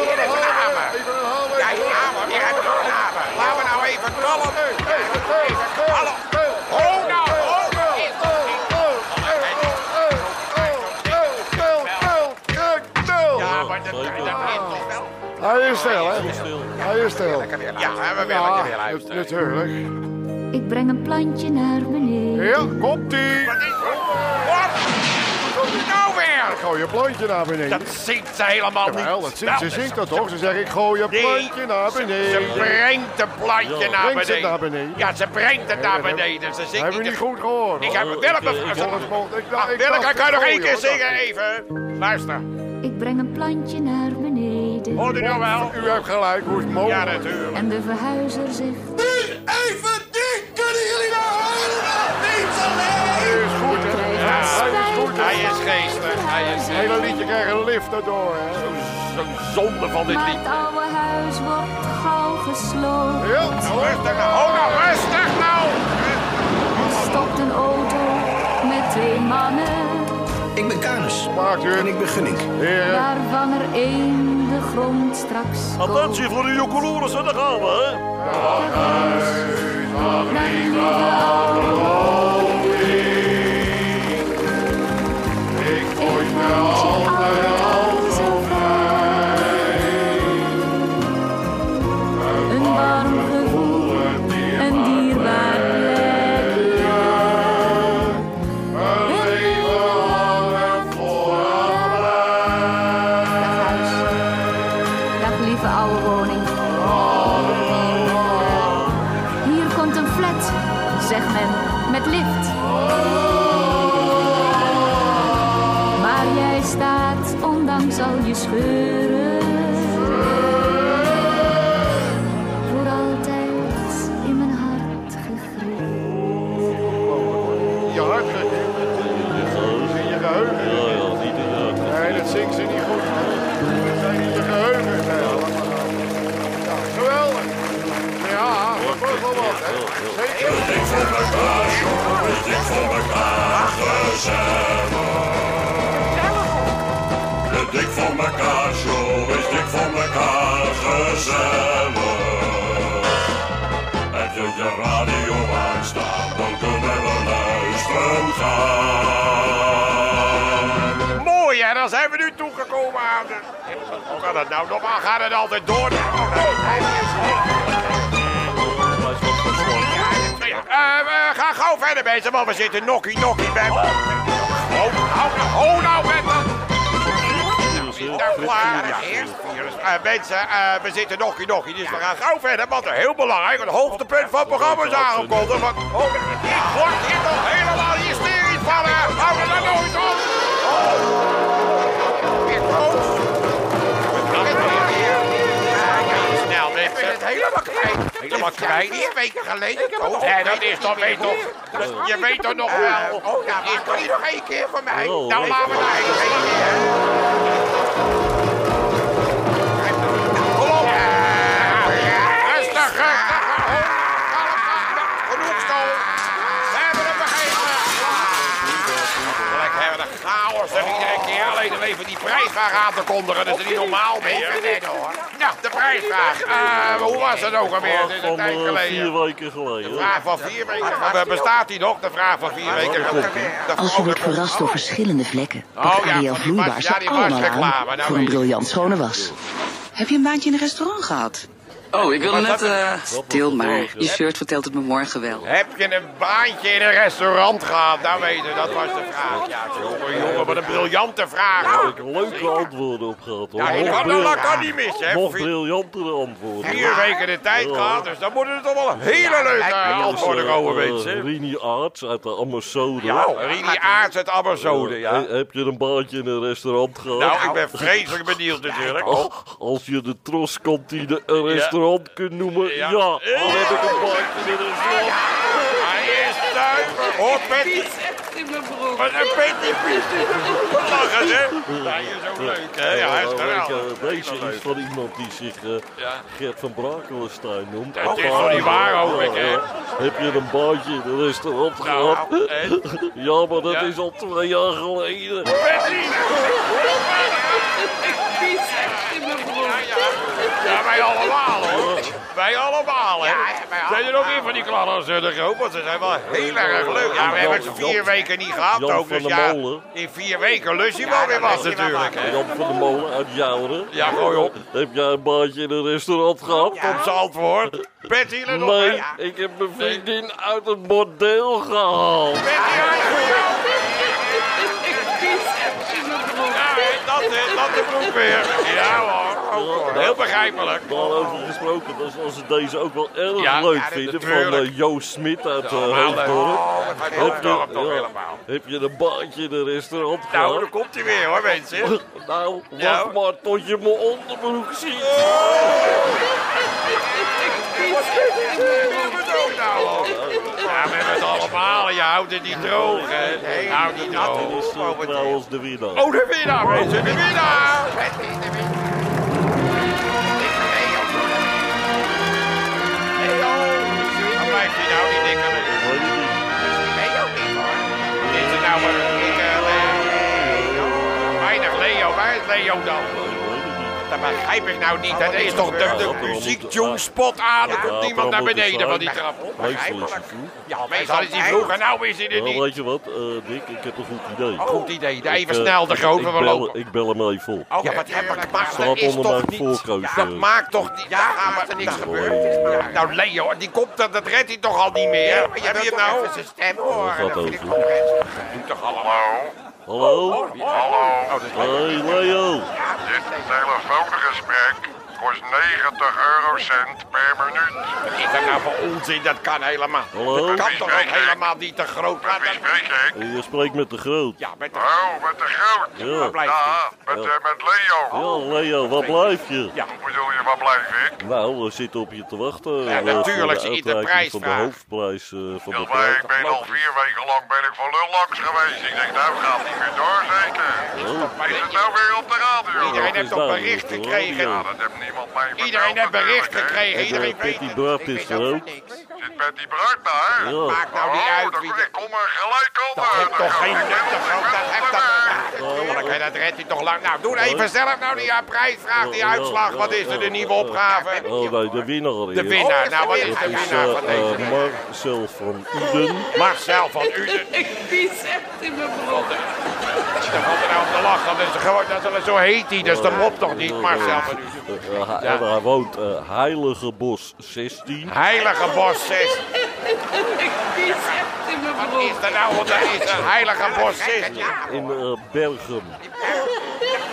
[SPEAKER 1] Hier
[SPEAKER 4] een
[SPEAKER 1] is een hamer.
[SPEAKER 4] hamer. Even een hamer.
[SPEAKER 1] Ja, die hamer. Hier hebben we een hamer. Laten we nou even kalm.
[SPEAKER 4] Hey, hey, hey, hey,
[SPEAKER 1] Hallo.
[SPEAKER 4] hey,
[SPEAKER 1] Oh,
[SPEAKER 4] hey,
[SPEAKER 1] nou,
[SPEAKER 4] hey,
[SPEAKER 1] oh,
[SPEAKER 4] hey,
[SPEAKER 1] is
[SPEAKER 4] hey,
[SPEAKER 1] dat
[SPEAKER 4] hey,
[SPEAKER 1] niet?
[SPEAKER 4] hey, hey, hey, hey, hey, hey, hey, hey,
[SPEAKER 1] Ja,
[SPEAKER 4] hey.
[SPEAKER 1] maar dat, dat is toch wel...
[SPEAKER 4] Hij is stil, hè?
[SPEAKER 2] Stil.
[SPEAKER 4] Hij is stil.
[SPEAKER 1] Ja, we willen
[SPEAKER 4] Ja,
[SPEAKER 1] je weer
[SPEAKER 4] nat-
[SPEAKER 1] luisteren.
[SPEAKER 4] natuurlijk.
[SPEAKER 6] Ik breng een plantje naar beneden.
[SPEAKER 4] Ja, komt-ie.
[SPEAKER 1] Wat is Wat? Wat is nou weer?
[SPEAKER 4] Gooi je plantje naar beneden.
[SPEAKER 1] Dat zingt ze helemaal niet.
[SPEAKER 4] Jawel, dat zingt, ze
[SPEAKER 1] Nou,
[SPEAKER 4] zingt dat toch? Ze zeggen, ik gooi je
[SPEAKER 1] Nee,
[SPEAKER 4] plantje naar
[SPEAKER 1] Ze
[SPEAKER 4] beneden.
[SPEAKER 1] brengt een plaatje naar
[SPEAKER 4] Brengt ze
[SPEAKER 1] beneden.
[SPEAKER 4] het naar beneden?
[SPEAKER 1] Ja, ze brengt het naar
[SPEAKER 4] dat hebben-
[SPEAKER 1] beneden. Ze zingt
[SPEAKER 4] Hebben we
[SPEAKER 1] niet
[SPEAKER 4] niet
[SPEAKER 1] de-
[SPEAKER 4] goed gehoord?
[SPEAKER 1] Ik
[SPEAKER 4] hoor.
[SPEAKER 1] heb Willem...
[SPEAKER 4] Volgens mij- Oh, ik dacht-
[SPEAKER 1] Ah,
[SPEAKER 4] ik
[SPEAKER 1] Willem,
[SPEAKER 4] dacht,
[SPEAKER 1] kan je nog
[SPEAKER 4] gooi
[SPEAKER 1] één
[SPEAKER 4] je,
[SPEAKER 1] keer
[SPEAKER 4] wat dacht
[SPEAKER 1] zingen
[SPEAKER 4] ik?
[SPEAKER 1] even? Luister,
[SPEAKER 6] Ik breng een plantje naar
[SPEAKER 4] Oh.
[SPEAKER 6] beneden.
[SPEAKER 1] hoort u nou wel?
[SPEAKER 4] U hebt gelijk, hoe is het
[SPEAKER 1] Ja,
[SPEAKER 4] mogelijk?
[SPEAKER 1] natuurlijk.
[SPEAKER 6] En de verhuizer zegt...
[SPEAKER 7] Even dit! Kunnen jullie nou helemaal niet alleen?
[SPEAKER 4] Hij is goed, hè? Hij is goed,
[SPEAKER 1] Hij
[SPEAKER 4] hè?
[SPEAKER 1] is geestig, hij is
[SPEAKER 4] Het hele liedje krijgt een lift daardoor, hè?
[SPEAKER 1] zo'n zonde van dit
[SPEAKER 6] Maar
[SPEAKER 1] lied.
[SPEAKER 6] het oude huis wordt gauw gesloopt.
[SPEAKER 4] Ja,
[SPEAKER 1] Rustig nou, oh nou, rustig nou!
[SPEAKER 6] Er stopt een auto met twee mannen.
[SPEAKER 7] Ik ben Kanus.
[SPEAKER 4] maakt u
[SPEAKER 7] En
[SPEAKER 4] het.
[SPEAKER 7] ik ben Gunnik.
[SPEAKER 4] Heren,
[SPEAKER 6] Waarvan er één de grond straks koopt.
[SPEAKER 2] Attentie voor de jokolores, en daar gaan we, hè.
[SPEAKER 6] Dan vliegen al-
[SPEAKER 4] ik gooi
[SPEAKER 6] Een oude huizen vrij. Een warm gevoel, een dierbaar plekje. Een leven lang Dag huis. Dag lieve oude woning. Hier komt een flat, zegt men, met lift. Waar jij staat, ondanks al je scheuren. Voor altijd in mijn hart gegrift.
[SPEAKER 4] je hart gegeven in je geheugen.
[SPEAKER 2] Ja, ja, niet in de jaren.
[SPEAKER 4] Nee, dat zingt ze niet goed. Dat zijn niet je geheugen. hè. Ja, geweldig. Ja, dat was wel wat, hè? Zeker.
[SPEAKER 8] De dik voor mekaar show is dik voor mekaar gezellig. Heb je je radio aanstaan, dan kunnen we luisteren gaan.
[SPEAKER 1] Mooi hè, dan zijn we nu toegekomen aan de... Hoe kan dat nou? Normaal gaat het altijd door. Oh, nee. Ja, eh, we gaan gauw verder mensen, want we zitten nokkie nokkie bij... Oh, nou, oh, nou, met dat... Nou, klaar. Ja, eerst virus. Eh, mensen, eh, we zitten nokkie nokkie, dus we gaan gauw verder. Want heel belangrijk, het hoogtepunt van het programma is aangekondigd. Want oh, ik word hier toch eh, helemaal hysterisch van. hè. Hou er dan nooit op. Oh. helemaal kwijt. Vier weken geleden.
[SPEAKER 9] Ik heb het nog
[SPEAKER 1] Nee,
[SPEAKER 9] niet.
[SPEAKER 1] dat is toch weet toch. dat- Je weet toch nog wel. Oh ja, maar kan je nog één keer voor mij?
[SPEAKER 2] Oh,
[SPEAKER 1] Dan
[SPEAKER 2] nee.
[SPEAKER 1] maar we naar één keer. Kom op. Rustig, rustig. Kalm, kalm. Genoeg zo. We hebben het begrepen. Gelijk hebben we de chaos er iedere keer. Alleen nog even die prijsvraag aan te kondigen. Dat is niet normaal meer. Nee, hoor. Nou, de prijsvraag. Eh, hoe was het ook alweer? Het is een
[SPEAKER 2] Van
[SPEAKER 1] tijd
[SPEAKER 2] eh,
[SPEAKER 1] geleden.
[SPEAKER 2] vier weken geleden.
[SPEAKER 1] De vraag van vier weken geleden. Bestaat die nog, de vraag van vier weken geleden?
[SPEAKER 10] Als je wordt verrast door verschillende vlekken,
[SPEAKER 1] Oh
[SPEAKER 10] pakt
[SPEAKER 1] ja,
[SPEAKER 10] Ariel
[SPEAKER 1] van die
[SPEAKER 10] vloeibaar
[SPEAKER 1] was-
[SPEAKER 10] ze
[SPEAKER 1] ja, die was
[SPEAKER 10] allemaal
[SPEAKER 1] reclame,
[SPEAKER 10] aan
[SPEAKER 1] nou
[SPEAKER 10] voor een
[SPEAKER 1] weet je.
[SPEAKER 10] briljant schone was.
[SPEAKER 11] Heb je een baantje in een restaurant gehad?
[SPEAKER 3] Oh, ik wilde net... eh,
[SPEAKER 11] Stil maar, die shirt vertelt het me morgen wel.
[SPEAKER 1] Heb je een baantje in een restaurant gehad? Nou weet je, dat was de vraag. Ja, jongen, jongen, wat een briljante vraag. hoor.
[SPEAKER 2] Ik heb leuke antwoorden op gehad hoor.
[SPEAKER 1] Ah. Ja, ik
[SPEAKER 2] Nog
[SPEAKER 1] kan,
[SPEAKER 2] bril-
[SPEAKER 1] nou, dat kan niet missen, hè.
[SPEAKER 2] Nog
[SPEAKER 1] Vier-
[SPEAKER 2] briljantere antwoorden.
[SPEAKER 1] Vier weken de tijd gehad, dus dan moeten er toch wel een hele leuke
[SPEAKER 2] Oh. Ja,
[SPEAKER 1] antwoorden
[SPEAKER 2] dus, eh,
[SPEAKER 1] komen,
[SPEAKER 2] eh,
[SPEAKER 1] weet je.
[SPEAKER 2] Rini Aarts uit de Amazone.
[SPEAKER 1] Ja, Rini Aarts uit
[SPEAKER 2] Eh,
[SPEAKER 1] Amazone, ja.
[SPEAKER 2] He- Heb je een baantje in een restaurant gehad?
[SPEAKER 1] Nou, ik ben vreselijk benieuwd natuurlijk.
[SPEAKER 2] eh, Oh, als je de troskantine een restaurant kunt noemen,
[SPEAKER 1] Ja.
[SPEAKER 2] ja, dan heb ik een baantje in een restaurant.
[SPEAKER 1] Hij is duiven. Hoor, Petty.
[SPEAKER 3] in mijn broek.
[SPEAKER 1] Wat een Petty Piet. Wat lachen, hè? Hij is ook leuk, hè? Ja, hij is
[SPEAKER 2] Eh,
[SPEAKER 1] geweldig.
[SPEAKER 2] eh, Deze is van iemand die zich eh, Gert van Brakelenstein noemt.
[SPEAKER 1] Het is toch niet waar, hoop ik, hè?
[SPEAKER 2] Ja, Heb je een baantje in een restaurant gehad?
[SPEAKER 1] Nou, en?
[SPEAKER 2] (laughs) Ja, maar dat
[SPEAKER 1] Ja.
[SPEAKER 2] is al twee jaar geleden.
[SPEAKER 1] Petty!
[SPEAKER 3] Ik pies echt in mijn broek.
[SPEAKER 1] Ja, wij allemaal, hoor. Wij allemaal, hè? Zijn er nog weer van die klallers eh, de groep? Want ze zijn wel heel erg leuk. Ja, we hebben ze vier weken niet gehad
[SPEAKER 2] Jan
[SPEAKER 1] ook.
[SPEAKER 2] van
[SPEAKER 1] Dus
[SPEAKER 2] der
[SPEAKER 1] ja,
[SPEAKER 2] Molen.
[SPEAKER 1] in vier weken lust je wel weer wat natuurlijk, hè?
[SPEAKER 2] Jan van der Molen uit Jouren.
[SPEAKER 1] Ja, gooi op.
[SPEAKER 2] Heb jij een baantje in een restaurant gehad?
[SPEAKER 1] Komt zijn antwoord. Petty, let op, hè?
[SPEAKER 2] Nee, ik heb mijn vriendin uit het bordeel gehaald.
[SPEAKER 1] Petty, ja.
[SPEAKER 3] Ik pies echt in mijn broek.
[SPEAKER 1] Ja, hè, dat, hè, dat de broek weer. Ja hoor, ook hoor. heel begrijpelijk.
[SPEAKER 2] Daarover gesproken, dat als ze deze ook wel erg
[SPEAKER 1] Ja,
[SPEAKER 2] leuk
[SPEAKER 1] ja, dat-
[SPEAKER 2] vinden, van
[SPEAKER 1] natuurlijk.
[SPEAKER 2] eh, Joost Smit uit eh
[SPEAKER 1] Allemaal leuk.
[SPEAKER 2] Hoofddorp.
[SPEAKER 1] Oh, wat gaat het dorp toch
[SPEAKER 2] ja,
[SPEAKER 1] helemaal.
[SPEAKER 2] heb je een baantje in een restaurant
[SPEAKER 1] Nou,
[SPEAKER 2] gehad?
[SPEAKER 1] daar komt hij weer hoor, mensen.
[SPEAKER 2] (coughs) Nou, wacht
[SPEAKER 1] Ja.
[SPEAKER 2] maar tot je mijn onderbroek ziet.
[SPEAKER 1] nou Ja, we hebben het allemaal. Je houdt het niet droog, hè. Nee, houdt niet
[SPEAKER 2] Dit is
[SPEAKER 1] droog.
[SPEAKER 2] eh, trouwens de winnaar.
[SPEAKER 1] Oh, de winnaar, mensen, de winnaar! Waar blijft hij nou, die dikke lul?
[SPEAKER 2] Weet ik niet.
[SPEAKER 1] Is het nou maar een dikke Leo? Weinig Leo, waar is Leo dan?
[SPEAKER 2] Ik weet het niet.
[SPEAKER 1] Dat begrijp ik nou niet. Dat is toch de, de muziek-tune-spot aan. Er komt niemand naar beneden van die trap.
[SPEAKER 2] Meestal is het goed.
[SPEAKER 1] Ja, meestal is hij vroeg en nou is hij er
[SPEAKER 2] Nou,
[SPEAKER 1] niet.
[SPEAKER 2] weet je wat, eh, Dick, ik heb een goed idee.
[SPEAKER 1] Oh, Goed idee.
[SPEAKER 2] Ik,
[SPEAKER 1] Even
[SPEAKER 2] eh,
[SPEAKER 1] snel de grote
[SPEAKER 2] ik
[SPEAKER 1] van
[SPEAKER 2] bel-
[SPEAKER 1] lopen.
[SPEAKER 2] Ik bel hem even vol.
[SPEAKER 1] Oh, ja, wat heb ik? Maar dat
[SPEAKER 2] Staat
[SPEAKER 1] is
[SPEAKER 2] onder
[SPEAKER 1] toch
[SPEAKER 2] mijn
[SPEAKER 1] niet...
[SPEAKER 2] voorkeuze.
[SPEAKER 1] Dat maakt toch niet... Ja, maar er niks gebeurt. Nou, Leo, die komt, dat, dat redt hij toch al niet meer? Ja, heb je het nou? zijn stem hoor.
[SPEAKER 2] Gaat over.
[SPEAKER 1] Doet toch allemaal? Oh,
[SPEAKER 2] Hallo?
[SPEAKER 4] Hallo.
[SPEAKER 2] Hey Leo.
[SPEAKER 4] Dit telefoongesprek kost 90 eurocent per minuut.
[SPEAKER 1] Wat is dat nou voor onzin? Dat kan helemaal.
[SPEAKER 2] Hallo?
[SPEAKER 1] Dat kan toch ook helemaal niet te groot.
[SPEAKER 4] Met wie spreek ik?
[SPEAKER 2] Je spreekt met de groot.
[SPEAKER 1] Ja, met de
[SPEAKER 4] Oh, met de groot.
[SPEAKER 2] Ja.
[SPEAKER 4] Ja, met, eh, met
[SPEAKER 5] Oh.
[SPEAKER 4] Leo.
[SPEAKER 2] Ja,
[SPEAKER 1] Oh,
[SPEAKER 2] Leo, waar blijf je?
[SPEAKER 1] Ja.
[SPEAKER 4] Hoe bedoel je, waar blijf ik?
[SPEAKER 2] Nou, we zitten op je te wachten.
[SPEAKER 1] Ja,
[SPEAKER 2] eh,
[SPEAKER 1] natuurlijk,
[SPEAKER 2] voor
[SPEAKER 1] ze
[SPEAKER 2] de
[SPEAKER 1] in de
[SPEAKER 2] uitreiking van de
[SPEAKER 1] prijsvraag.
[SPEAKER 2] hoofdprijs eh, van
[SPEAKER 4] Ja,
[SPEAKER 2] de
[SPEAKER 4] maar
[SPEAKER 2] prijs.
[SPEAKER 4] ik ben al vier weken lang ben ik voor lul langs geweest. Ik denk, nou gaat niet meer door zeker. Is het nou weer op de radio?
[SPEAKER 1] Iedereen heeft toch
[SPEAKER 2] duidelijk,
[SPEAKER 1] bericht
[SPEAKER 2] hoor,
[SPEAKER 1] gekregen?
[SPEAKER 2] ja.
[SPEAKER 4] Ja,
[SPEAKER 5] eh.
[SPEAKER 4] dat heeft niemand mij verteld
[SPEAKER 1] Iedereen heeft bericht
[SPEAKER 4] natuurlijk, hè.
[SPEAKER 1] gekregen. Iedereen
[SPEAKER 2] eh,
[SPEAKER 1] weet
[SPEAKER 2] Petty
[SPEAKER 1] het.
[SPEAKER 2] Bracht
[SPEAKER 1] Ik weet
[SPEAKER 2] is er ook.
[SPEAKER 1] niks.
[SPEAKER 4] Zit met die bruid daar? hè?
[SPEAKER 2] Ja.
[SPEAKER 1] Maakt nou niet
[SPEAKER 4] Oh,
[SPEAKER 1] uit
[SPEAKER 4] dan
[SPEAKER 1] wie
[SPEAKER 4] kom-
[SPEAKER 1] de...
[SPEAKER 4] Ik kom er gelijk
[SPEAKER 1] Dat
[SPEAKER 4] over.
[SPEAKER 1] heeft toch geen nut,
[SPEAKER 4] ik
[SPEAKER 1] dat
[SPEAKER 4] ben
[SPEAKER 1] groot. Dat
[SPEAKER 4] op
[SPEAKER 1] heeft
[SPEAKER 4] de weg.
[SPEAKER 1] toch... Tuurlijk, Dat redt hij toch lang. Nou, doe even zelf nou die eh, prijsvraag, die
[SPEAKER 2] Ja, ja,
[SPEAKER 1] uitslag. Wat is er, de nieuwe opgave?
[SPEAKER 2] Oh nee, de winnaar
[SPEAKER 1] De
[SPEAKER 2] is-
[SPEAKER 1] winnaar. Nou, wat is
[SPEAKER 2] Dat
[SPEAKER 1] de
[SPEAKER 2] is
[SPEAKER 1] winnaar van
[SPEAKER 2] eh,
[SPEAKER 1] deze?
[SPEAKER 2] eh, Marcel van Uden.
[SPEAKER 1] Marcel van Uden.
[SPEAKER 3] Ik pies echt in mijn broek.
[SPEAKER 1] Daar valt er nou om te lachen. Dat is gewoon, dat is, zo heet hij. Dus dat klopt toch niet, Marcel van Uden.
[SPEAKER 2] Eh, eh, hij- en Hij woont eh Heiligenbos 16.
[SPEAKER 1] Heilige Bos 6.
[SPEAKER 3] Ik pies echt in mijn
[SPEAKER 1] Wat
[SPEAKER 3] broek.
[SPEAKER 1] is er nou? Wat is een heilige Bos 6?
[SPEAKER 2] In eh, Bergen.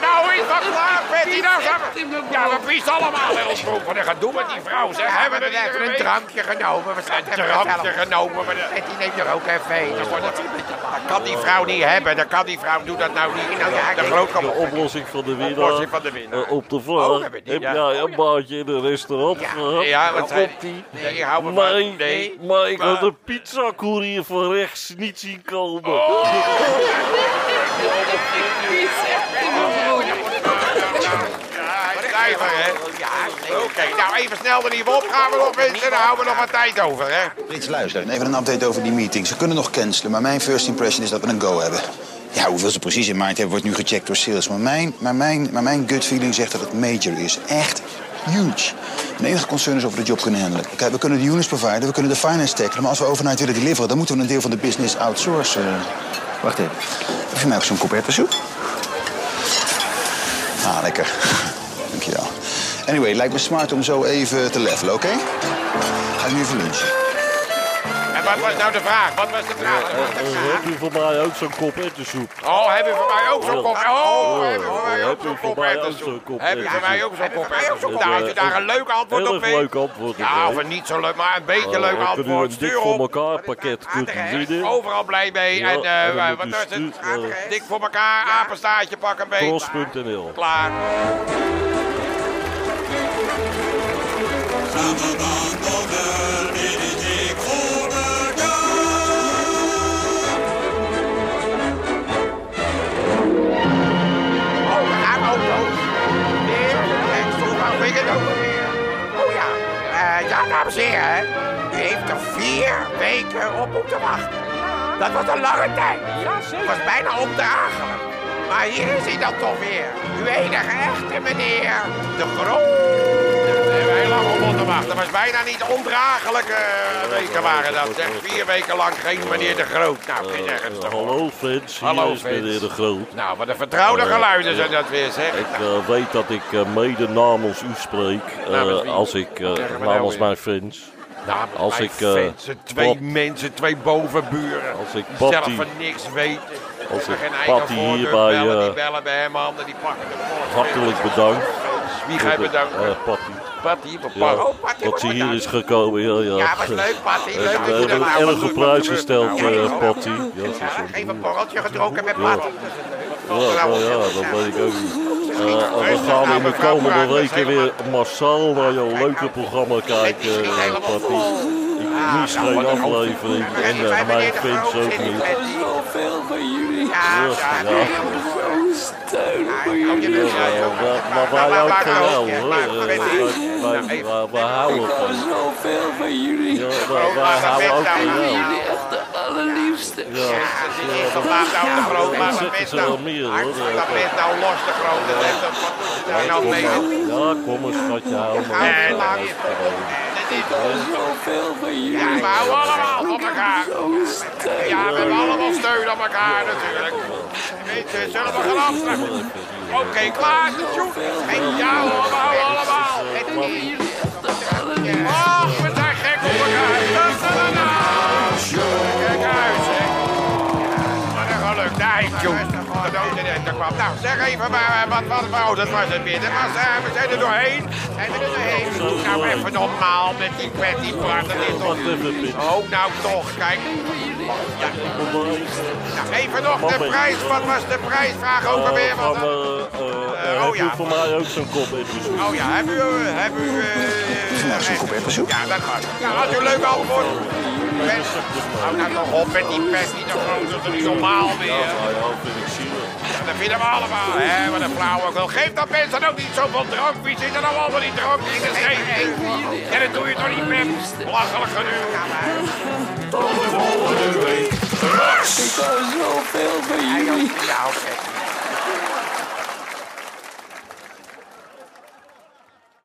[SPEAKER 1] Nou is dat klaar, Betty. Nou zijn
[SPEAKER 3] Pies in mijn
[SPEAKER 1] we... Ja, we piezen allemaal in ons broek. Wat een gedoe met die vrouw, zeg. Hebben we er een drankje genomen. We zijn een drankje genomen. Maar dat... Betty neemt er ook even een. Dat wordt een beetje Dat kan die vrouw niet hebben. Dat kan die vrouw doet dat nou niet. Nou ja, de
[SPEAKER 2] De
[SPEAKER 1] grootkamp.
[SPEAKER 2] oplossing van de winnaar.
[SPEAKER 1] Oplossing van de winnaar.
[SPEAKER 2] eh, op de
[SPEAKER 1] Oh,
[SPEAKER 2] vraag.
[SPEAKER 1] hebben die,
[SPEAKER 2] heb
[SPEAKER 1] ja.
[SPEAKER 2] jij een baantje in een restaurant gehad?
[SPEAKER 1] ja,
[SPEAKER 2] Dan
[SPEAKER 1] wat zei
[SPEAKER 2] komt
[SPEAKER 1] die?
[SPEAKER 2] die.
[SPEAKER 1] Nee, hou me maar.
[SPEAKER 2] Nee, nee, maar ik had een pizzacourier van rechts niet zien komen.
[SPEAKER 1] Oh.
[SPEAKER 2] (laughs)
[SPEAKER 1] Ja, schrijver, hè? Ja, oké. Nou, even snel er niet op. Gaan we nog mensen. Dan houden we nog wat tijd over, hè?
[SPEAKER 5] Frits, luister. Even een update over die meeting. Ze kunnen nog cancelen, maar mijn first impression is dat we een go hebben. Ja, hoeveel ze precies in mind hebben, wordt nu gecheckt door sales. Maar mijn, maar mijn, maar mijn gut feeling zegt dat het major is. Echt huge. Mijn enige concern is of we de job kunnen handelen. Kijk, we kunnen de units providen, we kunnen de finance tackelen. Maar als we overnight willen deliveren, dan moeten we een deel van de business outsourcen. Wacht even. Heb je mij ook zo'n kop hertensoep? Ah, lekker. (laughs) Dankjewel. Anyway, lijkt me smart om zo even te levelen, oké? Ga ik nu even lunchen.
[SPEAKER 1] En wat was nou de vraag? Wat was de vraag?
[SPEAKER 2] Heb je voor mij ook zo'n kop ettensoep?
[SPEAKER 1] Oh, hebben we voor mij ook zo'n kop? Oh, hebben we voor mij ook
[SPEAKER 2] Heb
[SPEAKER 1] zo'n
[SPEAKER 2] je
[SPEAKER 1] kop?
[SPEAKER 2] voor mij ook zo'n kop
[SPEAKER 1] Hebben we voor mij ook zo'n kop?
[SPEAKER 2] ettensoep?
[SPEAKER 1] Nou, als je daar een leuk antwoord
[SPEAKER 2] Heel
[SPEAKER 1] op
[SPEAKER 2] erg
[SPEAKER 1] weet.
[SPEAKER 2] leuk antwoord.
[SPEAKER 1] Ja,
[SPEAKER 2] erbij.
[SPEAKER 1] of een niet zo leuk, maar een beetje
[SPEAKER 2] Eh,
[SPEAKER 1] leuk
[SPEAKER 2] we kunnen
[SPEAKER 1] antwoord.
[SPEAKER 2] een dik
[SPEAKER 1] Stuur op.
[SPEAKER 2] voor elkaar pakket kunnen bieden.
[SPEAKER 1] Overal blij mee.
[SPEAKER 2] Ja,
[SPEAKER 1] Oh, en eh,
[SPEAKER 2] en dan
[SPEAKER 1] wat
[SPEAKER 2] moet u eh,
[SPEAKER 1] is het?
[SPEAKER 2] stuurt, eh,
[SPEAKER 1] Dik voor elkaar, apenstaartje, pak een beetje.
[SPEAKER 2] Cross.nl.
[SPEAKER 1] Klaar. Oh, aan auto's. Weer en Waar vind ik het ook weer? Oh ja, Eh, ja, dames en heren. U heeft er vier weken op moeten wachten. Dat was een lange tijd.
[SPEAKER 9] Ja, zeker.
[SPEAKER 1] was bijna om te hagelen. Maar hier is hij dan toch weer. Uw enige echte meneer, de grote. We hebben heel lang op moeten wachten. Dat was bijna niet ondraaglijke eh, weken waren dat. Zeg, vier weken lang geen meneer de Groot. Nou, kun je nergens
[SPEAKER 2] Eh,
[SPEAKER 1] toch
[SPEAKER 2] hallo fans, hier
[SPEAKER 1] Hallo,
[SPEAKER 2] is meneer
[SPEAKER 1] fans.
[SPEAKER 2] de Groot.
[SPEAKER 1] Nou, wat een vertrouwde geluiden zijn dat weer, zeg.
[SPEAKER 2] Ik eh, weet dat ik eh, mede namens u spreek eh,
[SPEAKER 1] Namens wie?
[SPEAKER 2] als ik eh,
[SPEAKER 1] Wat zeggen we nou
[SPEAKER 2] namens
[SPEAKER 1] weer?
[SPEAKER 2] mijn fans.
[SPEAKER 1] Nou, maar
[SPEAKER 2] Als
[SPEAKER 1] mijn
[SPEAKER 2] ik, eh,
[SPEAKER 1] mensen, twee
[SPEAKER 2] Bob-
[SPEAKER 1] mensen, twee bovenburen.
[SPEAKER 2] Als ik
[SPEAKER 1] die
[SPEAKER 2] Bob
[SPEAKER 1] zelf
[SPEAKER 2] die-
[SPEAKER 1] van niks weten.
[SPEAKER 2] als
[SPEAKER 1] Hebben
[SPEAKER 2] ik
[SPEAKER 1] geen eigen
[SPEAKER 2] Pat die
[SPEAKER 1] voordeur,
[SPEAKER 2] hierbij,
[SPEAKER 1] bellen, die
[SPEAKER 2] eh,
[SPEAKER 1] bellen bij hem handen, die pakken de volk.
[SPEAKER 2] Hartelijk bedankt.
[SPEAKER 1] Dus Wie ga je bedanken?
[SPEAKER 2] Eh, Patty.
[SPEAKER 1] Patty, papa.
[SPEAKER 2] Ja,
[SPEAKER 1] Oh, Patty,
[SPEAKER 2] dat ze
[SPEAKER 1] wordt
[SPEAKER 2] hier
[SPEAKER 1] bedankt.
[SPEAKER 2] is gekomen. Ja, ja.
[SPEAKER 1] Ja, was
[SPEAKER 2] (laughs)
[SPEAKER 1] leuk, Patty.
[SPEAKER 2] We
[SPEAKER 1] Leuk dat je
[SPEAKER 2] hebben
[SPEAKER 1] er
[SPEAKER 2] een
[SPEAKER 1] nou was.
[SPEAKER 2] erge prijs gesteld,
[SPEAKER 1] Nou,
[SPEAKER 2] eh,
[SPEAKER 1] ja.
[SPEAKER 2] Patty. Ja, dat is
[SPEAKER 1] Ja,
[SPEAKER 2] een-
[SPEAKER 1] geef een borreltje gedronken met
[SPEAKER 2] Ja.
[SPEAKER 1] Patty.
[SPEAKER 2] Ja, nou ja, dat weet ik ook niet. Eh, en we
[SPEAKER 1] nou
[SPEAKER 2] gaan in de komende weken weer massaal naar jouw
[SPEAKER 1] nou,
[SPEAKER 2] leuke programma kijken, eh, Patty. Ik mis
[SPEAKER 1] nou,
[SPEAKER 2] geen aflevering en eh, mijn fans ook niet.
[SPEAKER 7] Zoveel van jullie.
[SPEAKER 1] Ja, ja.
[SPEAKER 2] Ja, ja.
[SPEAKER 7] Zo'n steun voor
[SPEAKER 1] Kom je
[SPEAKER 7] jullie.
[SPEAKER 1] dus
[SPEAKER 2] Ja,
[SPEAKER 1] uit,
[SPEAKER 2] ja,
[SPEAKER 1] ook.
[SPEAKER 2] maar- maar
[SPEAKER 1] Nou,
[SPEAKER 2] wij
[SPEAKER 1] laat
[SPEAKER 2] ook
[SPEAKER 1] maar
[SPEAKER 2] van jou,
[SPEAKER 1] roken.
[SPEAKER 2] hoor.
[SPEAKER 1] Maar
[SPEAKER 2] Eh,
[SPEAKER 1] goed,
[SPEAKER 2] wij-
[SPEAKER 1] Nou,
[SPEAKER 2] wij- wij- wij- wij houden
[SPEAKER 7] Ik
[SPEAKER 2] van
[SPEAKER 7] hou
[SPEAKER 2] je.
[SPEAKER 7] zoveel van jullie.
[SPEAKER 2] Ja,
[SPEAKER 7] Ik
[SPEAKER 1] Oh,
[SPEAKER 2] wij- wij houden ook van jou.
[SPEAKER 7] jullie echt de allerliefste.
[SPEAKER 2] Ja,
[SPEAKER 1] Dit is toch laat nou de groot, maar dat is
[SPEAKER 2] Zetten ze
[SPEAKER 1] nou...
[SPEAKER 2] wel meer, hoor.
[SPEAKER 1] Dat is nou los de groot, dat heeft toch wat moet je daar nou mee doen?
[SPEAKER 2] Ja, kom eens, schatje, hou maar.
[SPEAKER 1] Eh,
[SPEAKER 2] Ja,
[SPEAKER 1] lang.
[SPEAKER 2] é
[SPEAKER 1] Dat is toch...
[SPEAKER 7] Zoveel van jullie.
[SPEAKER 1] Ja, we houden allemaal op elkaar.
[SPEAKER 7] Zo'n steun.
[SPEAKER 1] Ja, we hebben allemaal steun aan elkaar natuurlijk. Weet je, zullen we gaan afsluiten? Oké, klaar, de tjoep. En ja, hoor, we houden allemaal. En hier. Oh, we zijn gek op elkaar. Dat is er nou. Kijk uit, zeg. Wat een geluk. Daar heeft Joep. De dood in de kwam. Nou, zeg even waar, wat, wat, wat, oh, dat was het weer. Dat was, eh, we zijn er doorheen. Zijn we er doorheen? Nou, even normaal met die pet, die praat. Dat is toch...
[SPEAKER 2] Wacht even, Piet.
[SPEAKER 1] Oh, nou toch, kijk. Nou, even nog de
[SPEAKER 2] Mappie.
[SPEAKER 1] prijs. Wat was de prijsvraag ook alweer?
[SPEAKER 2] Van,
[SPEAKER 1] Want,
[SPEAKER 2] eh,
[SPEAKER 1] dat-
[SPEAKER 2] eh,
[SPEAKER 1] Eh, oh
[SPEAKER 2] heb
[SPEAKER 1] ja.
[SPEAKER 2] je voor mij ook zo'n kop in de
[SPEAKER 1] oh ja, hebben u... Heb u
[SPEAKER 5] Nou, zo'n kop hertensoep.
[SPEAKER 1] ja, dat gaat. Nou, had u een leuk antwoord? Pet. Hou nou toch op met die pet. Niet te groot, dat is niet normaal weer.
[SPEAKER 2] Ja, vind ik zielig.
[SPEAKER 1] Dat vinden we allemaal, hè? Wat een flauwekul. Geef dat mensen ook niet zoveel drank. Wie zit er nou allemaal die drank in de zee? En dat doe je toch niet, Pim? Belachelijk genoeg.
[SPEAKER 7] Ik hou zoveel van jullie.
[SPEAKER 1] Ja, oké.